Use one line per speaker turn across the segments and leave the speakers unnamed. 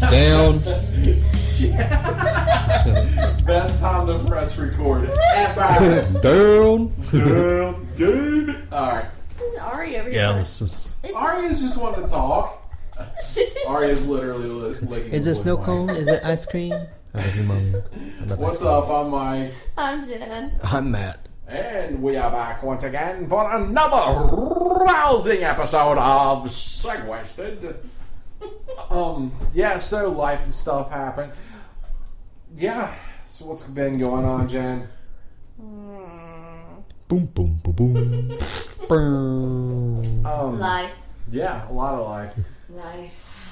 down.
Best time to press record ever.
down.
Damn, dude. All right.
This is Ari over here.
Yeah, this is.
Arya's just want to talk. Arya's literally li- licking.
Is
the
it
wood
snow
mic.
cone? Is it ice cream? I love you, Mom. I love
What's
ice cream.
up? I'm Mike,
I'm Jen.
I'm Matt.
and we are back once again for another rousing episode of Segwasted. um, yeah. So life and stuff happen. Yeah. So what's been going on, Jen?
Mm,
Boom, boom, boom, boom. Brrrr.
Um,
life.
Yeah, a lot of life.
Life.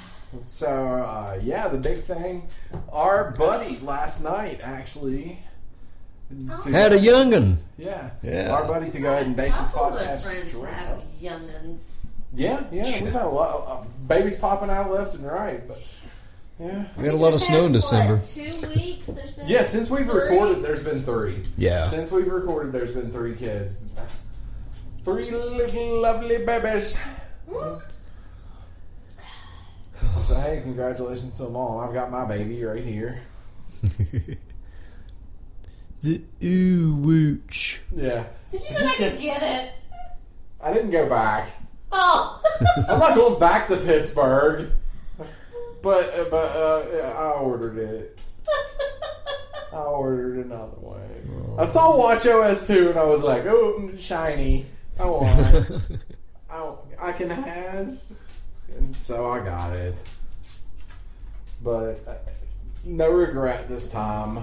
So uh, yeah, the big thing, our buddy last night actually
Oh.
to-
Had a youngin.
yeah,
Yeah.
our buddy to go ahead and date this
All the
podcast.
friends
straight
have
up.
youngins.
Yeah, yeah, we
Shit.
got a lot. Uh, babies popping out left and right, but yeah,
We had a lot of snow in
Past,
December.
What, two weeks. There's been
yeah. Since we've
Three?
recorded, there's been three.
Yeah.
Since we've recorded, there's been three kids, three little lovely babies. So hey, congratulations to them all. I've got my baby right here.
the ooh wooch.
Yeah,
Did you go back and get it?
I didn't go back.
Oh.
I'm not going back to Pittsburgh. But uh, but uh, yeah, I ordered it. I ordered another one. I saw Watch OS two and I was like, oh, mm, shiny. I want. it. I, want- I can has. And so I got it. But uh, no regret this time.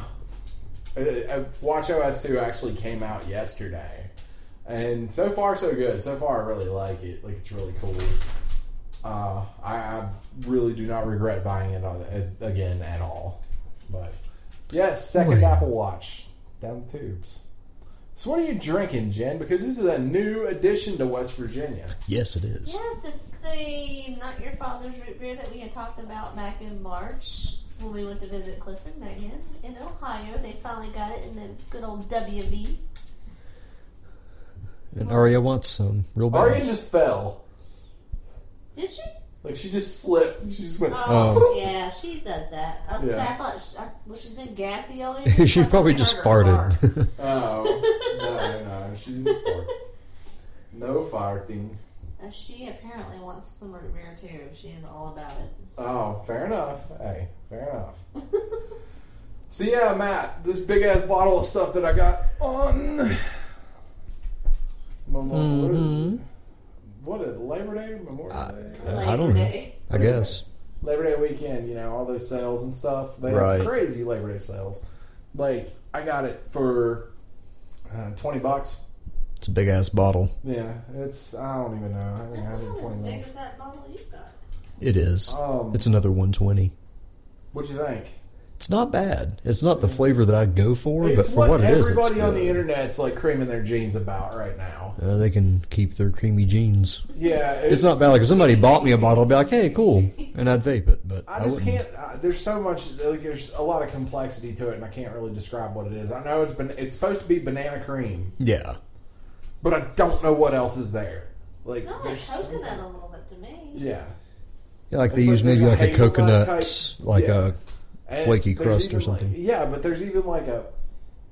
Uh, uh, Watch OS two actually came out yesterday, and so far so good. So far I really like it. Like it's really cool. Uh, I, I really do not regret buying it on it again at all. But yes, second
Wait.
Apple Watch down the tubes. So what are you drinking, Jen? Because this is a new addition to West Virginia.
yes, it is.
yes, it's the not your father's root beer that we had talked about back in March when we went to visit Cliff and Megan in Ohio. They finally got it in the good old WB.
And Arya wants some real bad.
Arya just fell.
Did she?
Like she just slipped. She just went.
Oh,
Oh.
yeah, she does that. I, was,
Yeah.
I thought she, I, well, she's been gassy all evening.
she probably just farted.
Oh no, no, she didn't fart. No farting.
Uh, she apparently wants some root beer too. She is all about it.
Oh, fair enough. Hey, fair enough.
Uh,
So yeah, Matt, this big ass bottle of stuff that I got on. Memorial.
Mhm.
What is it? Labor Day, Memorial
Uh,
Day,
Uh, I
Labor
don't know.
Day.
I guess.
Labor Day weekend. You know all those sales and stuff. They
Right.
have crazy Labor Day sales. Like I got it for uh, twenty bucks.
It's a big ass bottle.
Yeah, it's I don't even know. I think I
That's
have it
not as
twenty
big
bucks.
as that bottle you got.
It is.
Um,
It's another 120.
what you think?
It's not bad. It's not the flavor that I'd go for,
It's
but for what, it is, it's
everybody on the
good.
internet's like creaming their jeans about right now.
Uh, they can keep their creamy jeans.
Yeah,
It's not bad. Like if somebody bought me a bottle, I'd be like, "Hey, cool," and I'd vape it. But I,
I just
wouldn't.
can't. Uh, there's so much. Like, there's a lot of complexity to it, and I can't really describe what it is. I know it's been. It's supposed to be banana cream,
Yeah,
but I don't know what else is there. Like,
It's not like
there's
coconut
something-
a little bit to me.
Yeah,
yeah like they
It's
use
like
maybe
there's
like
a
a
hazelnut
coconut, like
Yeah.
a
And
Flaky
there's
crust or
even, like-
something.
yeah, but there's even like a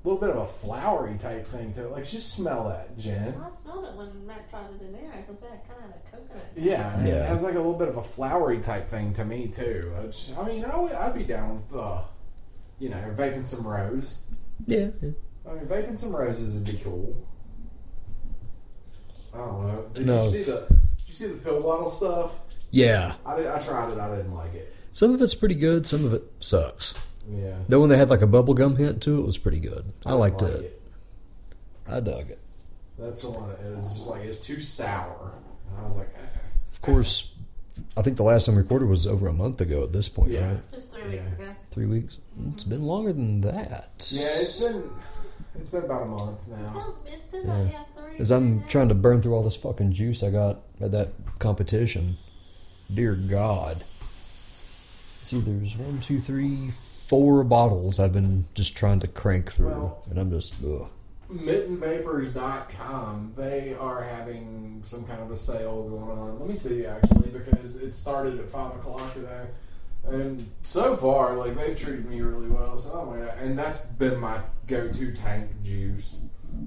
little bit of a flowery type thing to it. Like, just smell that, Jen.
I smelled it when Matt tried it in there. I was gonna say I kind of had a coconut.
Yeah, and it
Yeah.
has like a little bit of a flowery type thing to me too. I, just- I mean, I would, I'd be down with, uh, you know, vaping some rose.
yeah.
I mean, vaping some roses would be cool. I don't know. Did
No.
you see the? Did you see the pill bottle stuff?
Yeah,
I did, I tried it. I didn't like it.
some of it's pretty good. Some of it sucks.
Yeah,
The one that had like a bubblegum hint to it was pretty good. I,
didn't
liked
like
it. I dug it.
That's the one. It was just like it's too sour. And I was like, eh.
Of course, I think the last time we recorded was over a month ago at this point,
yeah,
right?
Just three weeks ago.
Three weeks. It's been longer than that.
yeah. It's been it's been about a month now.
Well, it's been about yeah three.
As I'm trying to burn through all this fucking juice I got at that competition. Dear God. See, there's one, two, three, four bottles I've been just trying to crank through.
Well-
and I'm just, ugh.
mittenvapors.com they are having some kind of a sale going on let me see actually because it started at five o'clock today And so far, like they've treated me really well. So I'm like, and that's been my go-to tank juice.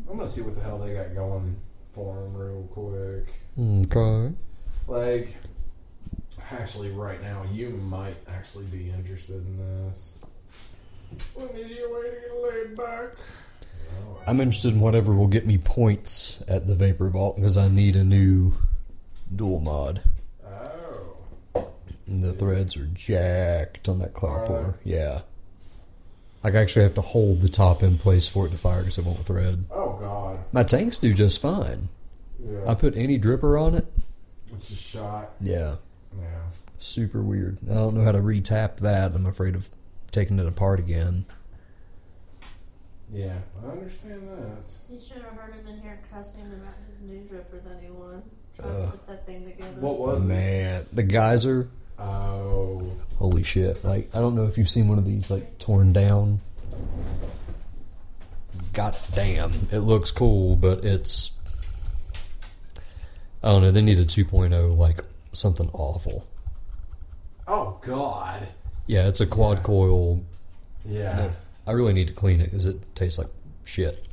I'm gonna see what the hell they got going for them real quick.
Okay.
Like, actually, right now you might actually be interested in this. When is your way to get laid back? Oh,
I'm interested in whatever will get me points at the Vapor Vault because I need a new dual mod.
oh.
And the threads are jacked on that
Are
cloud
they?
pour. Yeah. Like, I actually have to hold the top in place for it to fire because it won't thread.
Oh God.
My tanks do just fine.
Yeah.
I put any dripper on it.
it's just shot.
Yeah.
Yeah.
Super weird. I don't know how to retap that. I'm afraid of taking it apart again.
Yeah. I understand that.
You should have heard him in here cussing about his new dripper that he won. Trying to
Ugh.
put that thing together.
What was it?
Man, the geyser.
Oh.
Holy shit. Like, I don't know if you've seen one of these, like, torn down. God damn. It looks cool, but it's. I don't know. They need a 2.0, like, something awful.
Oh God.
Yeah, it's a quad coil.
Yeah.
I really need to clean it because it tastes like shit.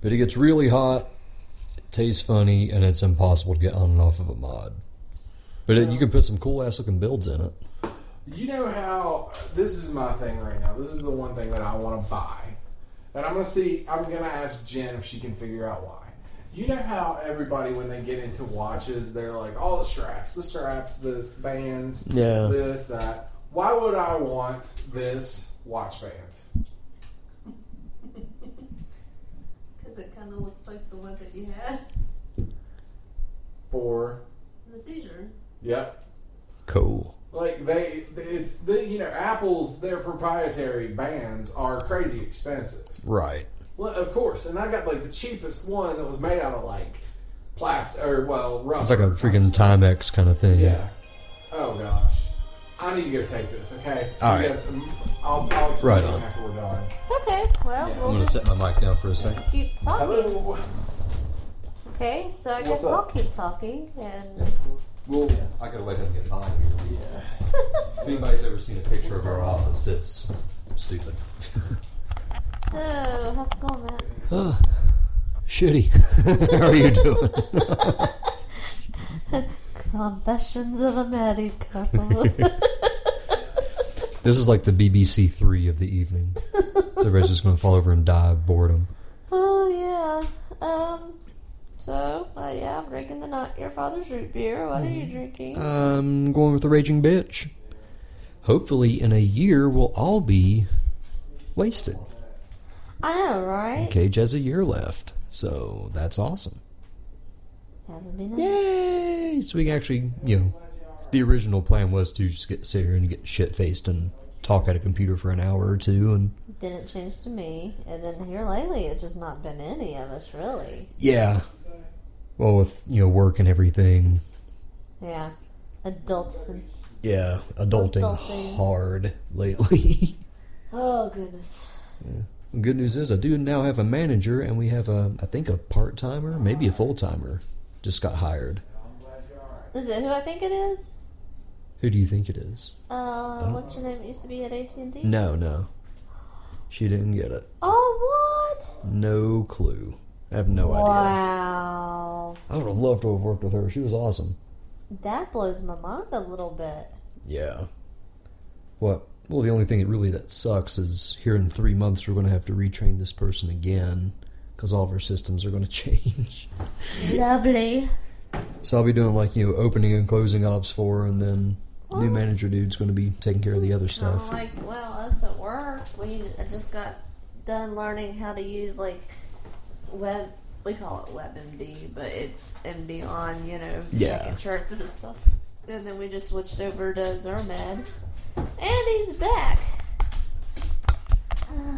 But it gets really hot, it tastes funny, and it's impossible to get on and off of a mod. But it, you can put some cool ass looking builds in it.
You know how this is my thing right now. This is the one thing that I want to buy, and I'm gonna see. I'm gonna ask Jen if she can figure out why. You know how everybody when they get into watches, they're like, "All the straps, the straps, this bands,
Yeah.
this that." Why would I want this watch band?
Because it kind of looks like the one that you had.
For
The seizure.
yep,
Cool.
Like they, it's the you know Apple's their proprietary bands are crazy expensive.
Right.
Well, of course, and I got like the cheapest one that was made out of like plastic or well rubber.
It's like a freaking Timex kind of thing.
yeah. Oh gosh, I need to go take this. Okay.
All
You
right.
guys, um, I'll, I'll explain
Right on.
after we're done.
Okay, well,
Yeah.
I'm
we'll
gonna
just
set my mic down for a second.
keep talking.
Hello.
Okay, so I
What's
guess I'll
up?
keep talking. And
Well, I gotta let him get by here. If anybody's ever seen a picture of our office, it's stupid.
so, how's it going, Matt?
Uh, shitty. How are you doing?
Confessions of a Married Couple.
This is like the BBC Three of the evening. So everybody's just going to fall over and die of boredom.
oh yeah. Um. So, uh, yeah, I'm drinking the not your father's root beer. What are you
Mm-hmm.
drinking?
I'm going with the raging bitch. Hopefully, in a year, we'll all be wasted.
I know, right?
Cage has a year left, so that's awesome.
That would be nice.
Yay! So we can actually, you know, the original plan was to just get sit here and get shit faced and talk at a computer for an hour or two, and
Didn't change to me, and then here lately, it's just not been any of us really.
yeah. Well, with you know work and everything,
Yeah, adults.
yeah, adulting,
Adulting.
hard lately.
Oh goodness.
The good news is I do now have a manager, and we have a I think a part timer, maybe a full timer, just got hired.
Is it who I think it is?
Who do you think it is?
Uh, what's her name? It used to be at AT and T.
No, no, she didn't get it.
Oh what?
No clue. I have no idea.
Wow.
I would have loved to have worked with her. She was awesome.
That blows my mind a little bit.
Yeah. What? Well, the only thing that really that sucks is here in three months we're going to have to retrain this person again because all of her systems are going to change.
Lovely.
So I'll be doing like you know opening and closing ops for, her, and then
Oh.
new manager dude's going to be taking care of the other
Kind
stuff.
of like, well, us at work, we I just got done learning how to use like web. We call it WebMD, but it's MD on, you know,
Yeah.
checking charts and stuff. And then we just switched over to Zermed, and he's back. Uh,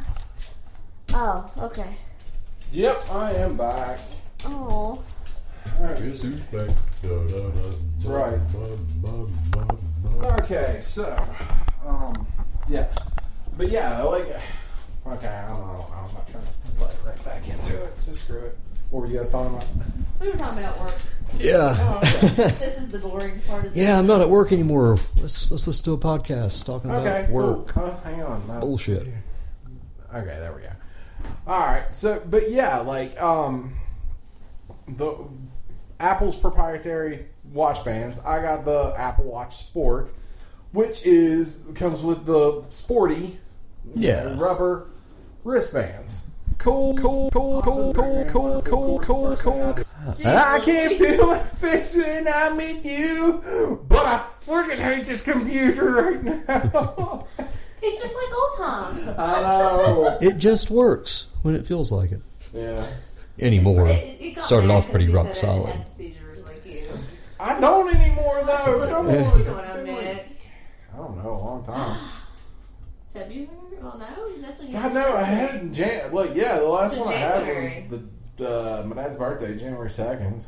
oh, okay.
Yep, I am back.
Oh,
All right.
Guess who's back?
That's right. Okay, so, um, yeah, but yeah, like, okay, I don't know, I'm not trying to butt right back into it, so screw it. What were you guys talking about?
we were talking about work.
Yeah.
Oh, okay.
This is the boring part of the
Yeah, I'm not at work anymore. Let's let's listen to a podcast talking about
Okay, cool.
work.
Oh, hang on. my-
Bullshit.
Okay, there we go. All right. So, but yeah, like um, the Apple's proprietary watch bands. I got the Apple Watch Sport, which is comes with the sporty, you
Yeah.
know, rubber wristbands. Cool, cool, cool, cool, cool, cool, cool, cool, cool.
Jesus.
And I can't feel my face and I'm in you, but I freaking hate this computer right now.
It's just like old times.
I know.
It just works when it feels like it.
Yeah.
Anymore.
It- it got
Started
bad
off pretty
'cause you
rock
said I
solid.
had seizures like you.
I don't anymore though. Don't worry.
You know what
It's
I
been
meant.
like- I don't know, a long time.
February? Well, no, that's when you.
God no, I had in Jan. Like yeah, the last
So
one I
January.
had was the uh, my dad's birthday, January second.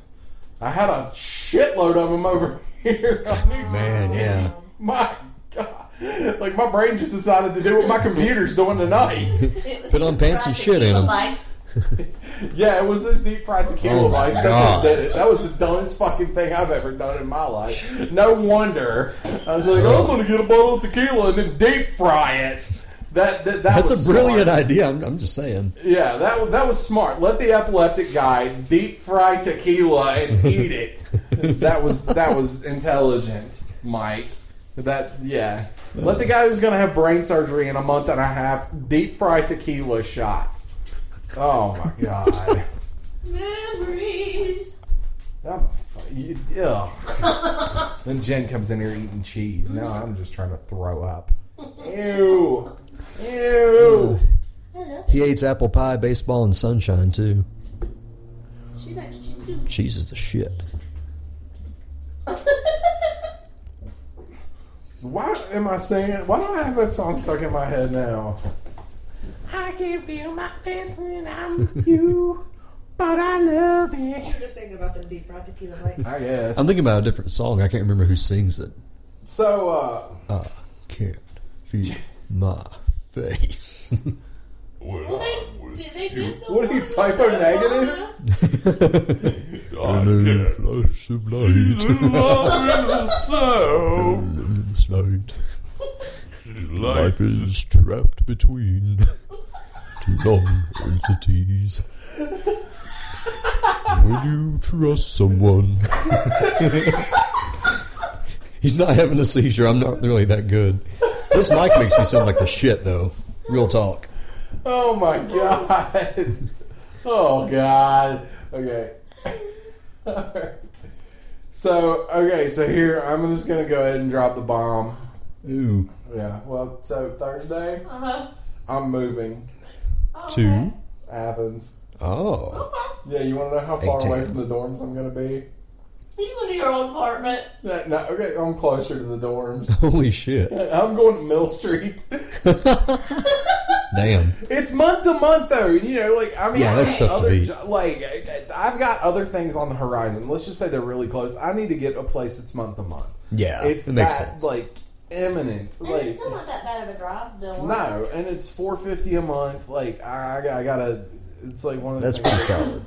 I had a shitload of them over here.
oh,
Man, yeah.
my God, like my brain just decided to do what my computer's doing tonight.
It was
Put on pants and shit in 'em.
Like,
yeah, it was those deep fried tequila
Oh, my
bites. That's
God.
what did it. That was the dumbest fucking thing I've ever done in my life. No wonder I was like, "Oh, I'm gonna get a bottle of tequila and then deep fry it. That, that, that
That's
was
a brilliant
smart.
idea. I'm, I'm just saying.
Yeah, that wa- that was smart. Let the epileptic guy deep fry tequila and eat it. that was that was intelligent, Mike. That yeah. Let the guy who's gonna have brain surgery in a month and a half deep fry tequila shots. Oh my god.
memories.
I'm a fu- you- ugh. then Jen comes in here eating cheese. Now I'm just trying to throw up. Ew. Ew.
Hello.
He hates apple pie, baseball, and sunshine too.
She's actually she's doing.
Cheese is the shit.
Why am I saying? Why do I have that song stuck in my head now? I can feel my face when I'm with you, but I love it.
You're just thinking about them deep fried tequila bites.
I guess.
I'm thinking about a different song. I can't remember who sings it.
so, uh,
I can't feel my face.
Well, they, did they give the
What are you,
one with
typo
the
negative?
Obama?
And then flash of light. Life is trapped between two long entities. Will you trust someone? He's not having a seizure. I'm not really that good. This mic makes me sound like the shit, though. Real talk.
oh my god. Oh god. Okay. so, okay, so here, I'm just gonna go ahead and drop the bomb.
Ooh.
Yeah, well, so Thursday,
Uh-huh.
I'm moving.
Oh,
Two.
Athens.
Oh.
Okay. okay.
Yeah, you want to know how far away
18.
from the dorms I'm going to be?
You go to your own apartment.
No, no, okay, I'm closer to the dorms.
Holy shit.
I'm going to Mill Street.
Damn.
it's month to month, though. You know, like I mean,
Yeah,
I
that's
got
tough to
other
beat.
jo- like I- I- I've got other things on the horizon. Let's just say they're really close. I need to get a place that's month to month.
Yeah.
It's
it makes
that,
sense.
like imminent.
And
like
it's still not that bad of a drive, don't worry.
no, and it's four fifty a month. Like I, I gotta- I gotta. It's like one of those
That's
things-
pretty solid.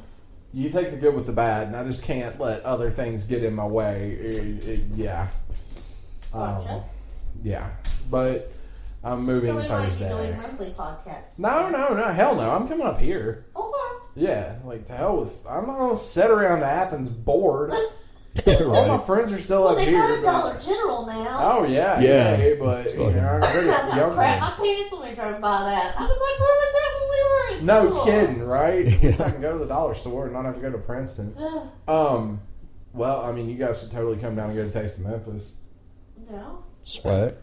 you take the good with the bad, and I just can't let other things get in my way. It- it- yeah. Um,
Gotcha.
yeah. But I'm moving
So we might be
Thursday.
doing monthly podcasts.
no, no, no. Hell no. I'm coming up here.
Okay.
Yeah. Like, to hell with. I'm not going to sit around Athens bored. All my
right.
friends are still
Well,
up
they
here.
got
but-
a Dollar General now.
Oh, yeah.
Yeah.
hey, but,
It's
you know,
fucking-
I bet
That's
it's
my crap.
younger.
My pants when we drove by that. I was like, where was that when we were in
No
school?
kidding, right? At least
Yeah.
I can go to the dollar store and not have to go to Princeton.
Ugh,
Um, well, I mean, you guys should totally come down and go to Taste of Memphis.
no.
Swag.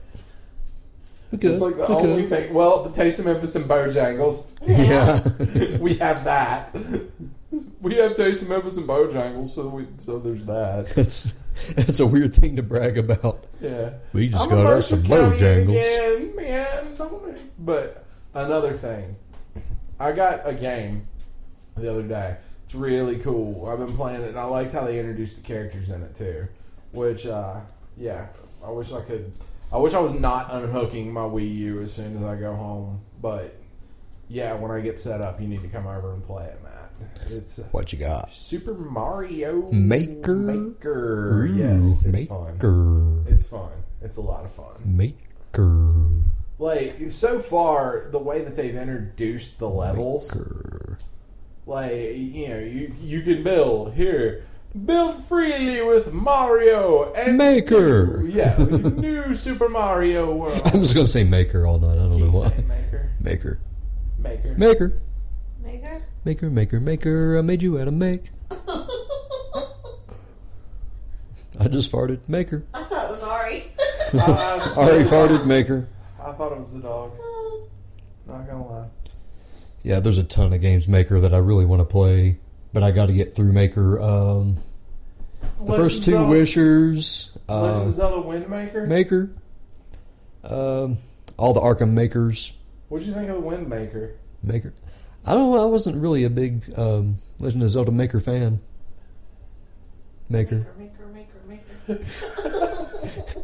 We good.
It's like the
we
only
good.
thing. Well, the Taste of Memphis and Bojangles,
Yeah.
we have that. We have Taste of Memphis and Bojangles, so we so there's that.
that's that's a weird thing to brag about.
Yeah,
We just
I'm a
got us
Mercer
some
County
Bojangles.
again, man. Don't I- But another thing, I got a game the other day. It's really cool. I've been playing it, and I liked how they introduced the characters in it too. Which, uh, yeah, I wish I could. I wish I was not unhooking my Wii U as soon as I go home. But yeah, when I get set up, you need to come over and play it, Matt. It's uh,
What you got?
Super Mario
Maker?
Maker. yes,
Ooh,
it's fun.
maker.
It's fun. It's a lot of fun.
Maker.
Like so far, the way that they've introduced the levels,
Maker.
like you know, you you can build here, build freely with Mario and
Maker.
yeah, new Super Mario World.
I'm just gonna say maker all night. I don't know
Keep
why.
saying maker,
Maker.
maker.
Maker.
Maker?
Maker. Maker. Maker. I made you out of make. I just farted. Maker.
I thought it was Ari.
Uh,
Already farted. Maker.
I thought it was the dog. Not gonna lie.
Yeah, there's a ton of games Maker that I really want to play, but I got to get through Maker. Um, the first two Wishers.
Legend
Uh,
of Zelda Windmaker.
Maker. Um, all the Arkham Makers.
What'd you think of the Windmaker?
Maker. I don't know. I wasn't really a big um, Legend of Zelda Maker fan. Maker.
maker, maker, maker.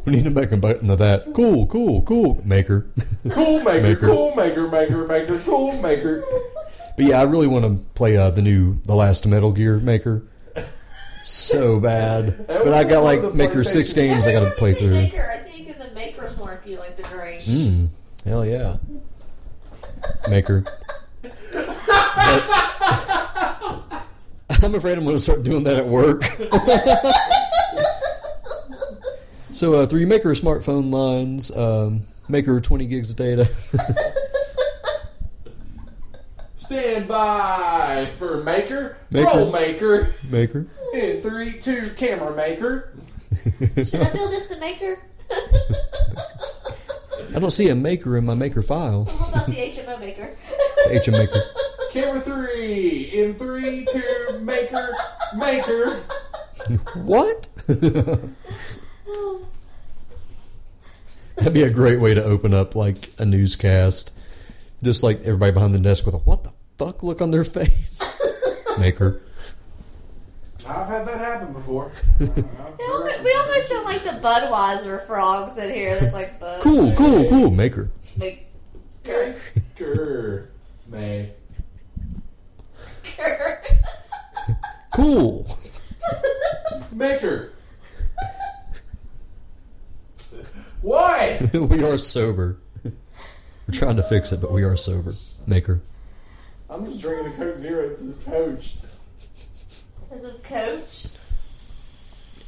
We need to make a button of that. Cool, cool, cool. Maker.
Cool maker,
Maker.
cool maker, maker, maker, cool maker.
But yeah, I really want to play uh, the new, the last Metal Gear Maker. So bad.
That
But I
was
got
on
like
the
Maker six
PlayStation.
games I got
Every
to
time
play
you see
through.
Maker, I think in the Maker's Mark you like the Grinch.
Mm, hell yeah. Maker. But I'm afraid I'm going to start doing that at work. so, uh, three Maker smartphone lines, um, Maker 20 gigs of data.
Stand by for maker,
Maker.
roll maker,
maker.
in three, two, camera maker.
Should I build this to Maker?
I don't see a maker in my maker file.
How about the HMO Maker?
HM Maker.
Camera three, in three, two, maker, maker.
What? That'd be a great way to open up like a newscast. Just like everybody behind the desk with a what the fuck look on their face. Maker.
I've had that happen before.
We almost- we almost sound like the Budweiser frogs in here. That's like Bud.
Cool, cool, cool. Maker.
Maker.
Maker, may.
Cool.
Maker. What?
we are sober. We're trying to fix it, but we are sober. Maker.
I'm just drinking a Coke Zero. This is Coach.
This is Coach.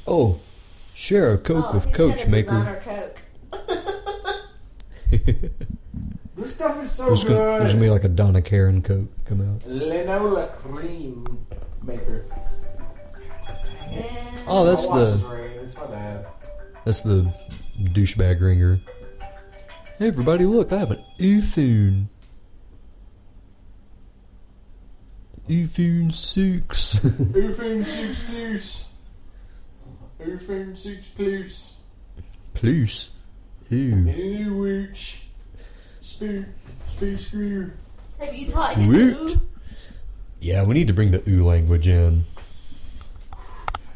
Oh, share a Coke
Oh,
with
he's
Coach
gonna
Maker.
design our Coke.
This stuff is so
there's
good.
gonna, there's gonna be like a Donna Karen Coke come out.
Linola cream maker.
And-
Oh, that's
My watch
the-
is ringing. It's my dad.
That's the douchebag ringer. Hey, everybody, look, I have an Ufoon. Ufoon 6.
Oofing six plus. Oofing six plus.
Plus. Ew.
In a new witch. Spoon. Spoon screw.
Have you taught him
Woot.
to?
Yeah, we need to bring the ooh language in.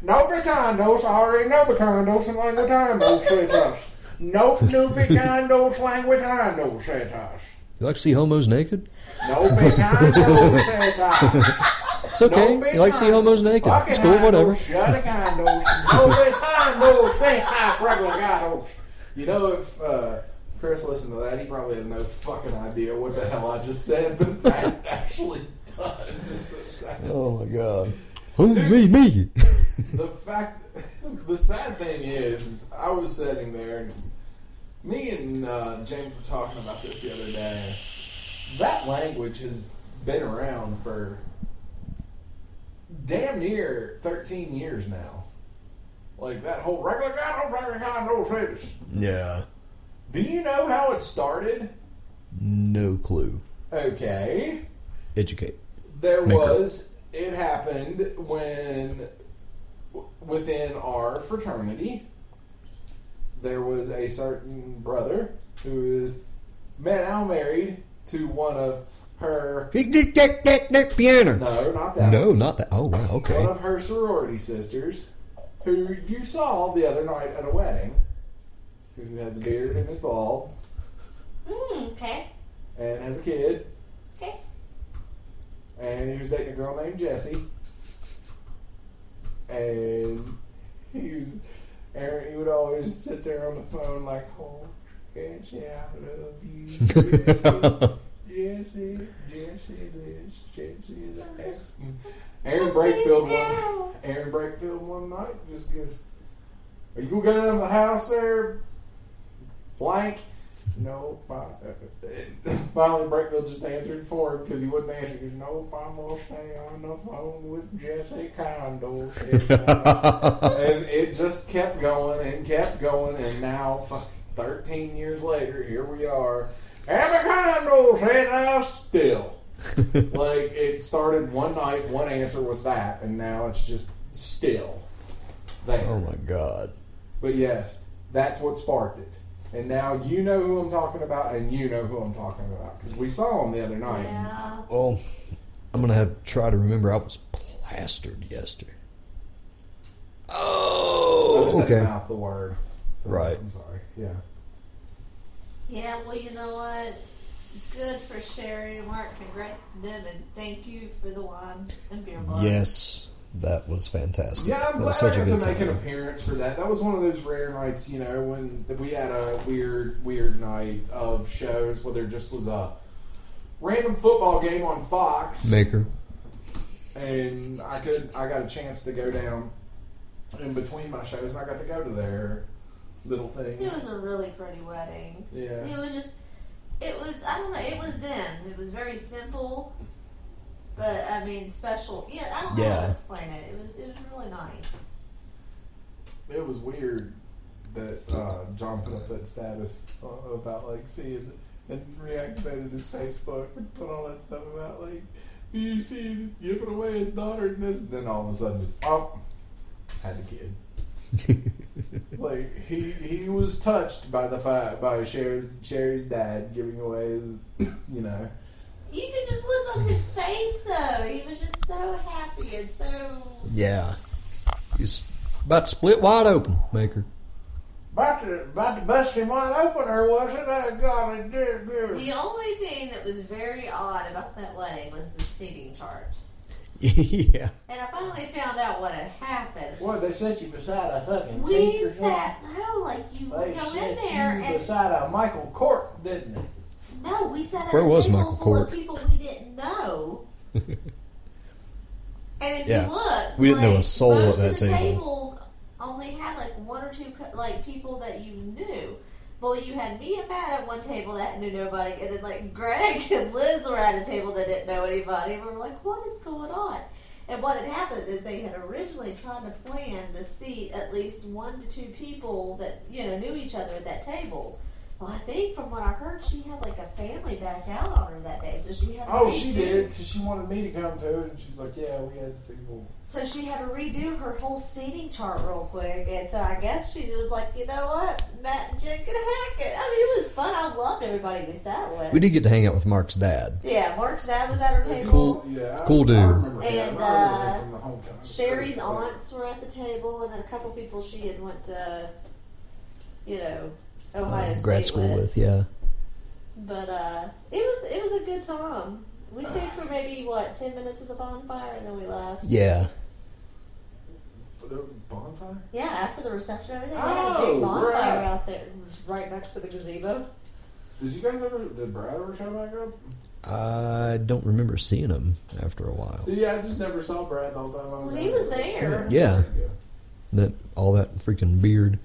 No pretendo, sorry, no pretendo, languitando, cetas. No no pretendo, languitando, cetas.
You like to see homos naked?
No pretendo, cetas.
It's okay.
No,
you like to see homos naked? It's cool, whatever.
Shuttigandos, no pretendos, cetas, regligados. You know, if uh, Chris listened to that, he probably has no fucking idea what the hell I just said, but that actually does. Is the sound.
Oh my god. Oh, me, me.
The fact, the sad thing is, is I was sitting there, and me and uh, James were talking about this the other day. That language has been around for damn near 13 years now. Like that whole regular guy, no regular guy, no fish.
yeah.
Do you know how it started?
No clue.
Okay.
Educate.
There
Maker.
was. It happened when w- within our fraternity there was a certain brother who is man now married to one of her
Piano.
no not that
No, not that. Oh, wow, okay.
one of her sorority sisters who you saw the other night at a wedding who has a beard and is bald
Mm, okay.
and has a kid
Okay.
and he was dating a girl named Jessie. And he was, Aaron, he would always sit there on the phone like, "Oh, Jesse, I love you, Jesse, Jesse, this, Jesse, that." Aaron Brakefield one, Aaron Brakefield one night just goes, "Are you gonna go down to the house there, blank?" No, uh, fi- finally Brakefield just answered for him because he wouldn't answer. He goes, "No, I'm gonna stay on the phone with Jesse Condor."
Oh,
and it just kept going and kept going, and now, fuck, 13 years later, here we are. And the Condors hit us still. like, it started one night, one answer with that, and now it's just still there.
oh my god.
But yes, that's what sparked it. And now you know who I'm talking about, and you know who I'm talking about. Because we saw him the other night.
Yeah.
Well, I'm gonna have to try to remember. I was plastered yesterday.
I just
Oh,
said
okay.
mouth the word. So,
Right.
I'm sorry. Yeah.
Yeah, well, you know what? Good for Sherry and Mark. Congrats to them, and thank you for the wine and beer bar.
Yes, that was fantastic.
Yeah, I'm
that was
glad
such
I
a
got
good
to make an
time.
appearance for that. That was one of those rare nights, you know, when we had a weird, weird night of shows where there just was a random football game on Fox,
Maker.
and I could, I got a chance to go down in between my shows, and I got to go to their little thing.
It was a really pretty wedding.
Yeah,
It was just, it was, I don't know, it was them. It was very simple, but I mean, special. Yeah, I don't know how
Yeah.
to explain it. It was, it was really nice.
it was weird that uh, John put up that status uh, about like seeing and reactivated his Facebook and put all that stuff about like you see him giving away his daughter and this, and then all of a sudden, oh, had a kid. Like he he was touched by the fi- by Sherry's Sherry's dad giving away his, you know.
You could just look on his face, though. He was just so happy and so.
yeah. He's about to split wide open, Maker.
About to, about to bust him wide open, or was it? I got it, dear, dear.
The only thing that was very odd about that wedding was the seating chart.
yeah.
And I finally found out what had happened.
Boy, they set you beside a fucking
We
teacher, huh?
sat, no, like you
They
go
set
in there
you
and
beside a Michael Court, didn't they?
no, we sat at
Where
a
was
table
Michael
full
Kort?
of people we didn't know. and if
Yeah.
you looked,
We didn't know
like,
a soul
most
at that
of the
table.
Tables only had like one or two co- like people that you knew. Well, you had me and Matt at one table that knew nobody, and then like Greg and Liz were at a table that didn't know anybody. And we were like, what is going on? And what had happened is they had originally tried to plan to seat at least one to two people that you know knew each other at that table. Well, I think from what I heard, she had like a family back out on her that day, so she had to
Oh,
redo.
she did, because she wanted me to come too, and she's like, yeah, we had people.
So she had to redo her whole seating chart real quick, and so I guess she was like, you know what, Matt and Jen can hack it. I mean, it was fun. I loved everybody we sat with.
We did get to hang out with Mark's dad.
yeah, Mark's dad was at her
It's
table.
Cool.
Yeah, I-
Cool dude.
I remember him.
And,
I remember him
uh,
from the homecoming.
Sherry's aunts were at the table, and then a couple people she had went to, you know, Ohio
Uh,
State
grad school
with.
with, yeah.
But uh, it was it was a good time. We stayed for maybe what ten minutes at the bonfire, and then we left.
Yeah.
But there was a Bonfire?
Yeah, after the reception, everything. They had a
Oh,
big bonfire
right.
out there, It was right next to the gazebo.
Did you guys ever, did Brad ever show back up?
I don't remember seeing him after a while.
See, I just never saw Brad the whole time I was
Well,
there.
he was there.
Yeah. That all that freaking beard.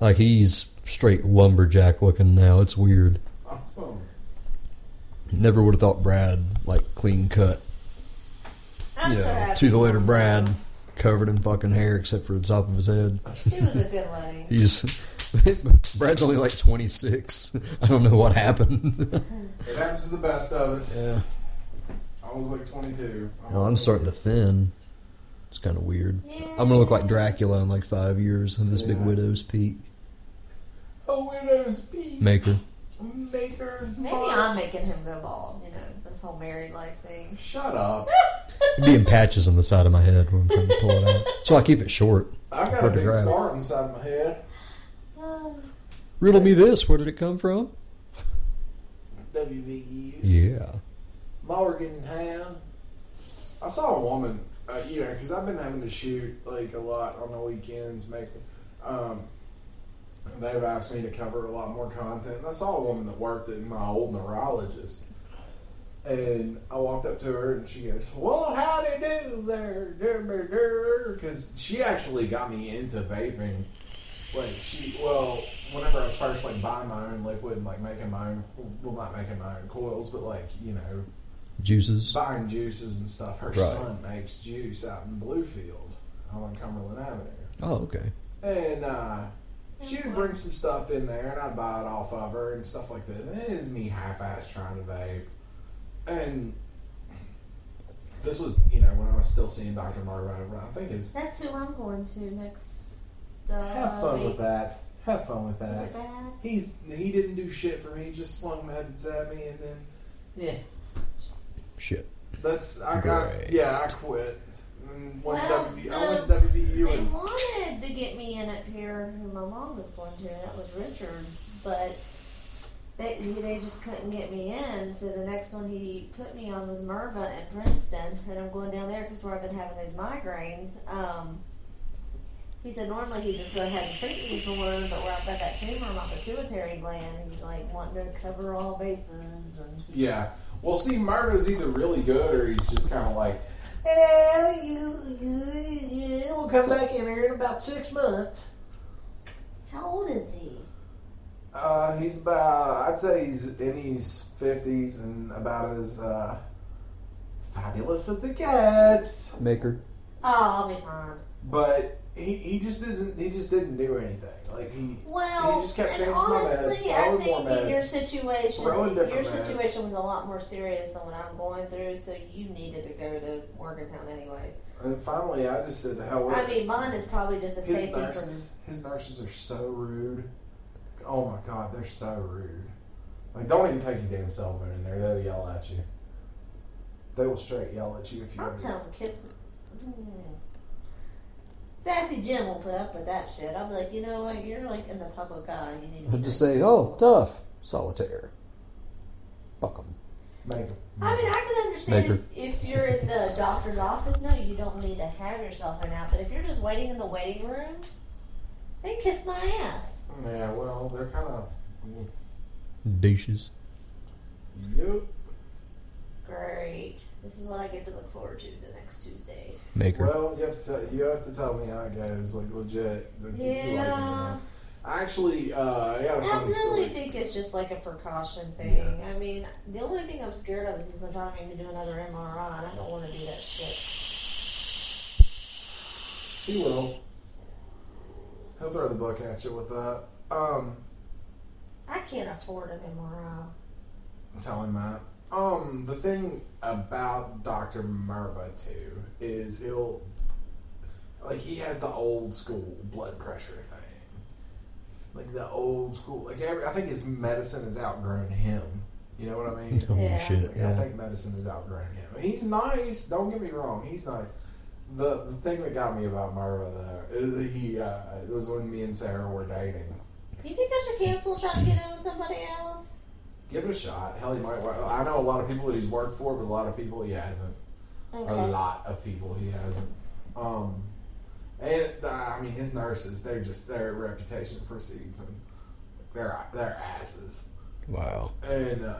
Like he's straight lumberjack looking now. It's weird.
Awesome.
Never would have thought Brad like clean cut.
I'm
you
so
know,
happy.
to the later
for him.
Brad, covered in fucking hair except for the top of his head.
It was a good wedding.
He's Brad's only like 26. I don't know what happened.
It happens to the best of us. I was like 22.
Well, I'm starting to thin. It's kind of weird.
Yeah.
I'm gonna look like Dracula in like five years. Have this big
Yeah.
widow's peak
A widow's peak.
maker.
Maker's
Maybe
mark.
I'm making him go bald. You know, this whole married life thing.
Shut up.
It'd be in patches on the side of my head when I'm trying to pull it out. So I keep it short.
I've got a
Hard to
big
grab.
scar inside my head.
Oh,
Riddle me this. Where did it come from?
WVU. E.
Yeah.
Morgantown. I saw a woman, uh, you know, because I've been having to shoot like a lot on the weekends. Make, um, they've asked me to cover a lot more content. And I saw a woman that worked at my old neurologist, and I walked up to her and she goes, "Well, how do you do there?" Because she actually got me into vaping. Like she, well, whenever I was first like buying my own liquid and like making my own, well, not making my own coils, but like you know,
Juices.
buying juices and stuff. Her
Right.
son makes juice out in Bluefield, out on Cumberland Avenue,
Oh, okay.
and uh, she would bring some stuff in there, and I'd buy it off of her and stuff like this. And it is me half-ass trying to vape, and this was you know when I was still seeing Doctor Marvin. I think is
That's who I'm going to next. Uh,
have fun
week.
with that. Have fun with
Is
that.
it bad?
He's he didn't do shit for me. He just slung methods at me, and then yeah,
Shit.
that's I got
Great.
yeah I quit. And went to
Well,
WV I went to WVU
They
and
wanted to get me in up here, who my mom was born to, and that was Richards, but they they just couldn't get me in. So the next one he put me on was Merva at Princeton, and I'm going down there because where I've been having those migraines. Um, he said normally he'd just go ahead and treat me for one, but where I've got that tumor in my pituitary gland, he's like wanting to cover all bases and.
yeah. Well, see, Margo's either really good or he's just kind of like, eh, you, you, you, we'll come back in here in about six months.
How old is he?
Uh, he's about I'd say he's in his fifties and about as uh, fabulous as it gets.
Maker.
Oh, I'll be fine.
but he, he just isn't he just didn't do anything like he
Well,
He just kept
and
changing my
honestly,
meds, throwing
I think
more
in your
meds,
situation,
throwing
your
different meds.
situation was a lot more serious than what I'm going through, so you needed to go to Morgantown anyways.
and finally I just said the hell with
I
it.
mean, mine is probably just a
his
safety. For,
nurses his nurses are so rude oh my god they're so rude like don't even take your damn cell phone in there they'll yell at you they will straight yell at you if you
I'll
ever-
tell him, kiss. Mm. Sassy Jim will put up with that shit. I'll be like, you know what? You're like in the public eye. You need to
I'll
be
just
nice.
say, oh, tough. Solitaire. Fuck 'em.
make them
I mean, I can understand if, if you're in the doctor's office. No, you don't need to have yourself an out. But if you're just waiting in the waiting room, then kiss my ass.
yeah well they're kind of
Douches.
yep
Great. This is what I get to look forward to the next Tuesday.
Maker.
well you have to tell, you have to tell me how it goes like legit The people like me,
Yeah.
man. actually uh I got a
I
funny
really
story
think it's just like a precaution thing. I mean, the only thing I'm scared of is my job having to do another MRI, and I don't want to do that shit.
He will. He'll throw the book at you with that. Um,
I can't afford an MRI.
I'm telling Matt. Um, the thing about Dr. Merva, too, is he'll. Like, he has the old school blood pressure thing. Like, the old school. Like, every, I think his medicine has outgrown him. You know what I mean?
Holy
Yeah.
Oh, shit.
Like, I
Yeah.
think medicine has outgrown him. He's nice. Don't get me wrong. He's nice. The, the thing that got me about Marva though is that he uh, it was when me and Sarah were dating.
You think I should cancel trying to get in with somebody else?
Give it a shot. Hell, he might. wa- I know a lot of people that he's worked for, but a lot of people he hasn't. A
Okay.
lot of people he hasn't. Um, and uh, I mean his nurses, they're just their reputation precedes them. They're they're asses.
Wow.
And uh,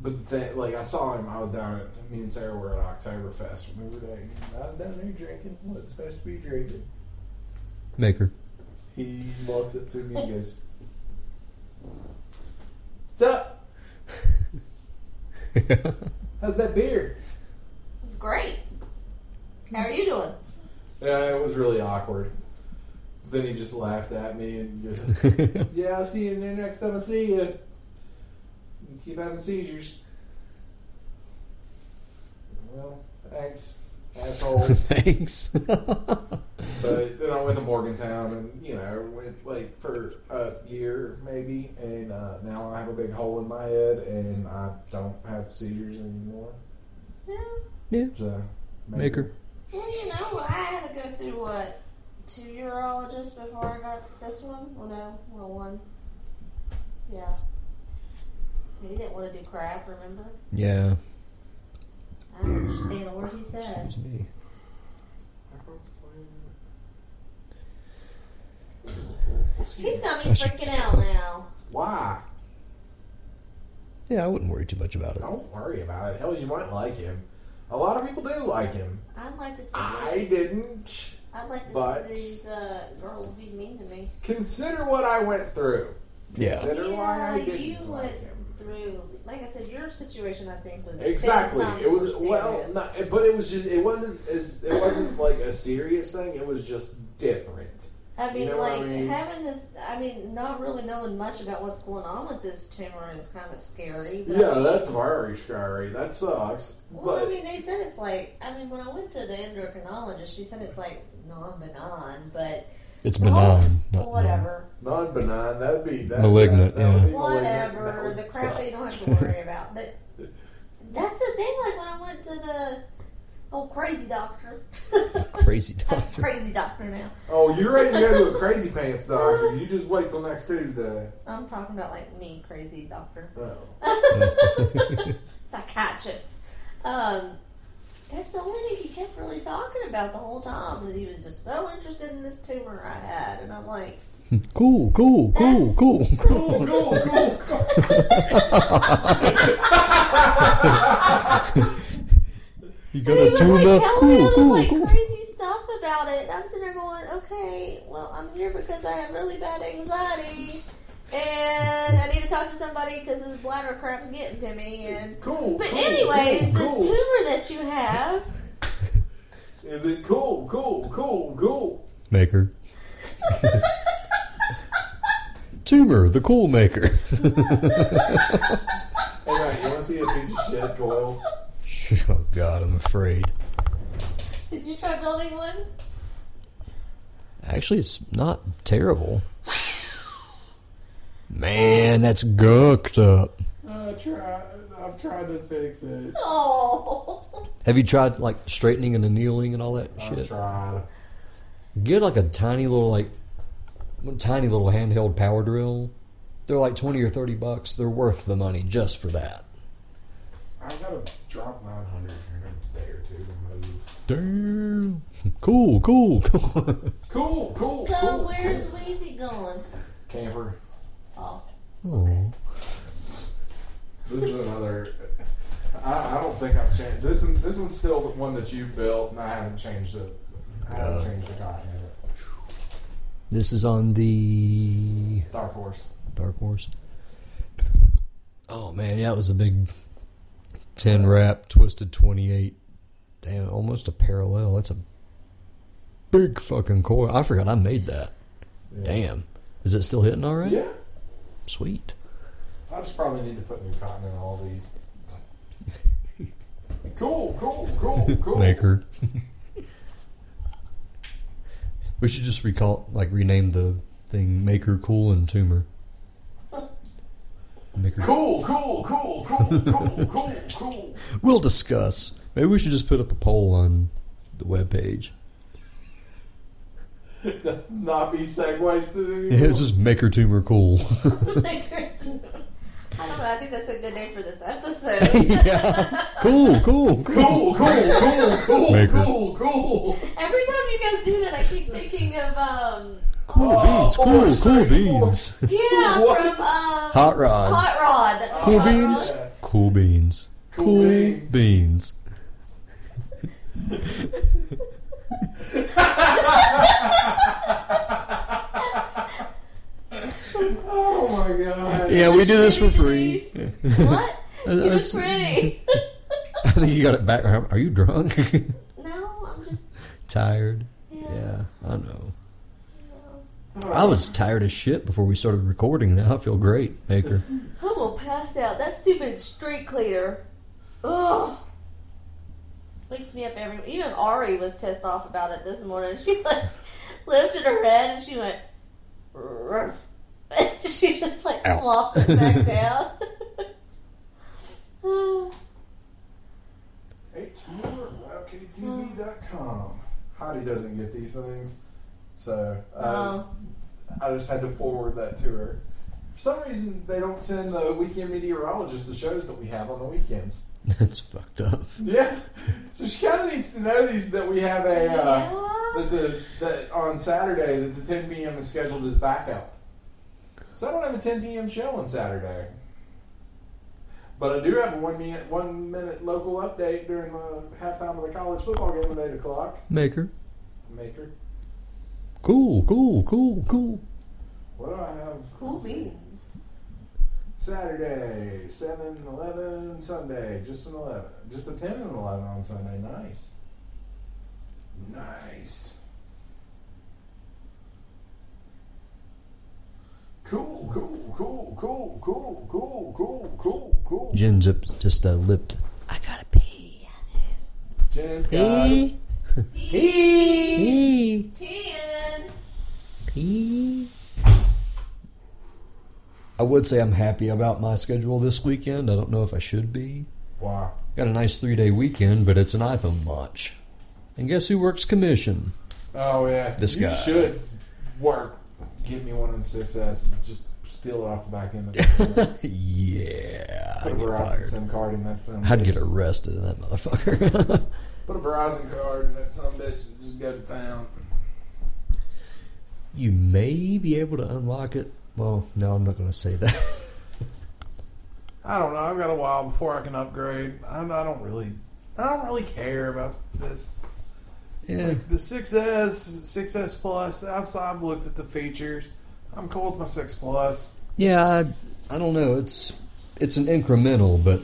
but the thing, like I saw him, I was down at me and Sarah were at Oktoberfest. Remember that? And I was down there drinking. What's supposed to be drinking?
Maker.
He walks up to me and goes, "What's up? How's that beer?"
Great. How are you doing?
Yeah, it was really awkward. Then he just laughed at me and just, "Yeah, I'll see you in there next time I see you. you keep having seizures." Well, thanks, asshole.
Thanks.
But then I went to Morgantown and, you know, went like for a year maybe. And uh, now I have a big hole in my head and I don't have seizures anymore.
Yeah.
So,
Maker.
Well, you know, I had to go through what two urologists before I got this one. Well, no, well one. Yeah. He didn't want to do crap. Remember?
Yeah.
I understand understand a word he said.
Excuse me.
He's got me
That's your-
freaking out now.
Why?
Yeah, I wouldn't worry too much about it.
Don't worry about it. Hell, you might like him. A lot of people do like him.
I'd like to see.
I
this.
didn't.
I'd like to
but-
see these uh, girls be mean to me.
Consider what I went through.
Yeah.
Consider why I
Yeah,
didn't
you
like
went
him.
Through, like I said, your situation I think was
Exactly.
ten times
It was
more
well,
serious.
not, but it was just it wasn't as it wasn't like a serious thing. It was just different.
I mean,
know what I
like
mean?
having this. I mean, not really knowing much about what's going on with this tumor is kind of scary. But I
Yeah,
mean,
that's very scary. That sucks.
Well, I
But
mean, they said it's like. I mean, when I went to the endocrinologist, she said it's like non-benign, but
It's benign.
Oh,
Not benign.
whatever,
non benign. That'd be that,
Malignant,
That, would
yeah.
be malignant.
whatever.
That would
the crap
suck.
that you don't have to worry about. But that's the thing. Like when I went to the old crazy doctor.
Crazy
I'm
doctor.
crazy doctor now.
Oh, you're ready to go to a crazy pants doctor. You just wait till next Tuesday.
I'm talking about like me, crazy doctor.
Oh.
psychiatrist. Um, that's the only thing he kept really talking about the whole time was he was just so interested in this tumor I had, and I'm like,
Cool, cool, cool, cool,
Cool,
cool.
cool, cool, cool.
You
and he
gotta
was like
tune up.
telling me
Cool,
all
cool,
this like
cool.
crazy stuff about it. And I'm sitting there going, okay, well I'm here because I have really bad anxiety, and I need to talk to somebody because this bladder crap's getting to me. And
Cool.
but
cool,
anyways,
cool,
this
cool.
tumor that you have.
Is it cool, cool, cool, cool?
Maker. Tumor, the cool maker.
Hey, right, you want to see a piece of shit, Doyle?
oh, God, I'm afraid.
Did you try building one?
Actually, it's not terrible. Man, that's gucked up.
I Uh, try. I've tried to fix it.
Oh.
Have you tried like straightening and annealing and all that
I
shit?
tried.
Get like a tiny little like one tiny little handheld power drill. They're like twenty or thirty bucks. They're worth the money just for that.
I gotta drop 900 in a day or two to move.
Damn. Cool, cool, cool.
Cool, cool.
So
cool,
where's
cool.
Wheezy going?
camper?
Oh,
oh.
This is another. I, I don't think I've changed this. One, this one's still the one that you built, and I haven't changed it. I haven't
Uh.
changed the cotton in it.
This is on the
Dark horse.
Dark Horse. Oh man, yeah, it was a big ten wrap twisted twenty eight. Damn, almost a parallel. That's a big fucking coil. I forgot I made that. Damn. Is it still hitting all right?
Yeah.
Sweet.
I just probably need to put new cotton in all these. cool, cool, cool, cool.
Maker. we should just recall like rename the thing Maker Cool and Tumor. Maker
Cool, cool, cool, cool, cool, cool, cool.
We'll discuss. Maybe we should just put up a poll on the webpage.
Not be segues to the.
Yeah, it's just Maker Tumor Cool.
I don't know. I think that's a good name for this episode.
yeah. Cool, cool, cool.
cool, cool, cool, cool,
Maker.
cool, cool.
Every time you guys do that, I keep thinking of um,
Cool
Oh,
beans,
oh,
cool, cool
straight
beans.
yeah,
What?
from um,
Hot rod.
Hot Rod.
Cool
Hot
beans,
Rod.
cool beans.
Cool
Cool
beans.
beans.
Oh my god.
Yeah, we do this for
Shitty
free.
beans. What?
Uh,
He
that's-
was pretty.
I think you got it back. Are you drunk?
no, I'm just
tired?
yeah.
Yeah, I know.
no.
I was tired as shit before we started recording. Now I feel great, Maker.
I will pass out. That stupid street cleaner. Ugh. Wakes me up every. Even Ari was pissed off about it this morning. She like lifted her head and she went. "Ruff." And she just like
Out.
flopped it back down.
HMoreLoudKTV.com. Heidi doesn't get these things, so I, just, I just had to forward that to her. For some reason, they don't send the weekend meteorologist the shows that we have on the weekends.
That's fucked up.
Yeah. So she kind of needs to know these that we have a uh, that the that on Saturday that the 10 p.m. is scheduled as backup. So I don't have a 10 p.m. show on Saturday, but I do have a one minute one minute local update during the halftime of the college football game at eight o'clock.
Maker.
Maker,
Cool, cool, cool, cool.
what do I have?
Cool beans.
Saturday, 7 11, Sunday, just an 11. Just a 10 and 11 on Sunday. Nice. Nice. Cool, cool, cool, cool, cool, cool, cool, cool, cool.
Jen zip just uh, lipped.
I gotta pee. I
Jen's got it.
Pee.
do. Pee.
Pee.
Peeing.
Pee.
I would say I'm happy about my schedule this weekend. I don't know if I should be.
Wow.
Got a nice three day weekend, but it's an iPhone launch. And guess who works commission?
Oh, yeah.
This
you
guy.
should work. Give me one of them 6S and just steal it off the back end of the
yeah.
Put a
I'd get
Verizon
fired.
SIM card in that SIM.
I'd
bitch.
get arrested in that motherfucker.
Put a Verizon card in that some bitch and just go to town.
you may be able to unlock it. Well, no, I'm not going to say that.
I don't know. I've got a while before I can upgrade. I, I don't really, I don't really care about this.
yeah.
The 6S, 6S Plus. I've I've looked at the features. I'm cool with my 6 Plus.
Yeah, I, I don't know. It's it's an incremental, but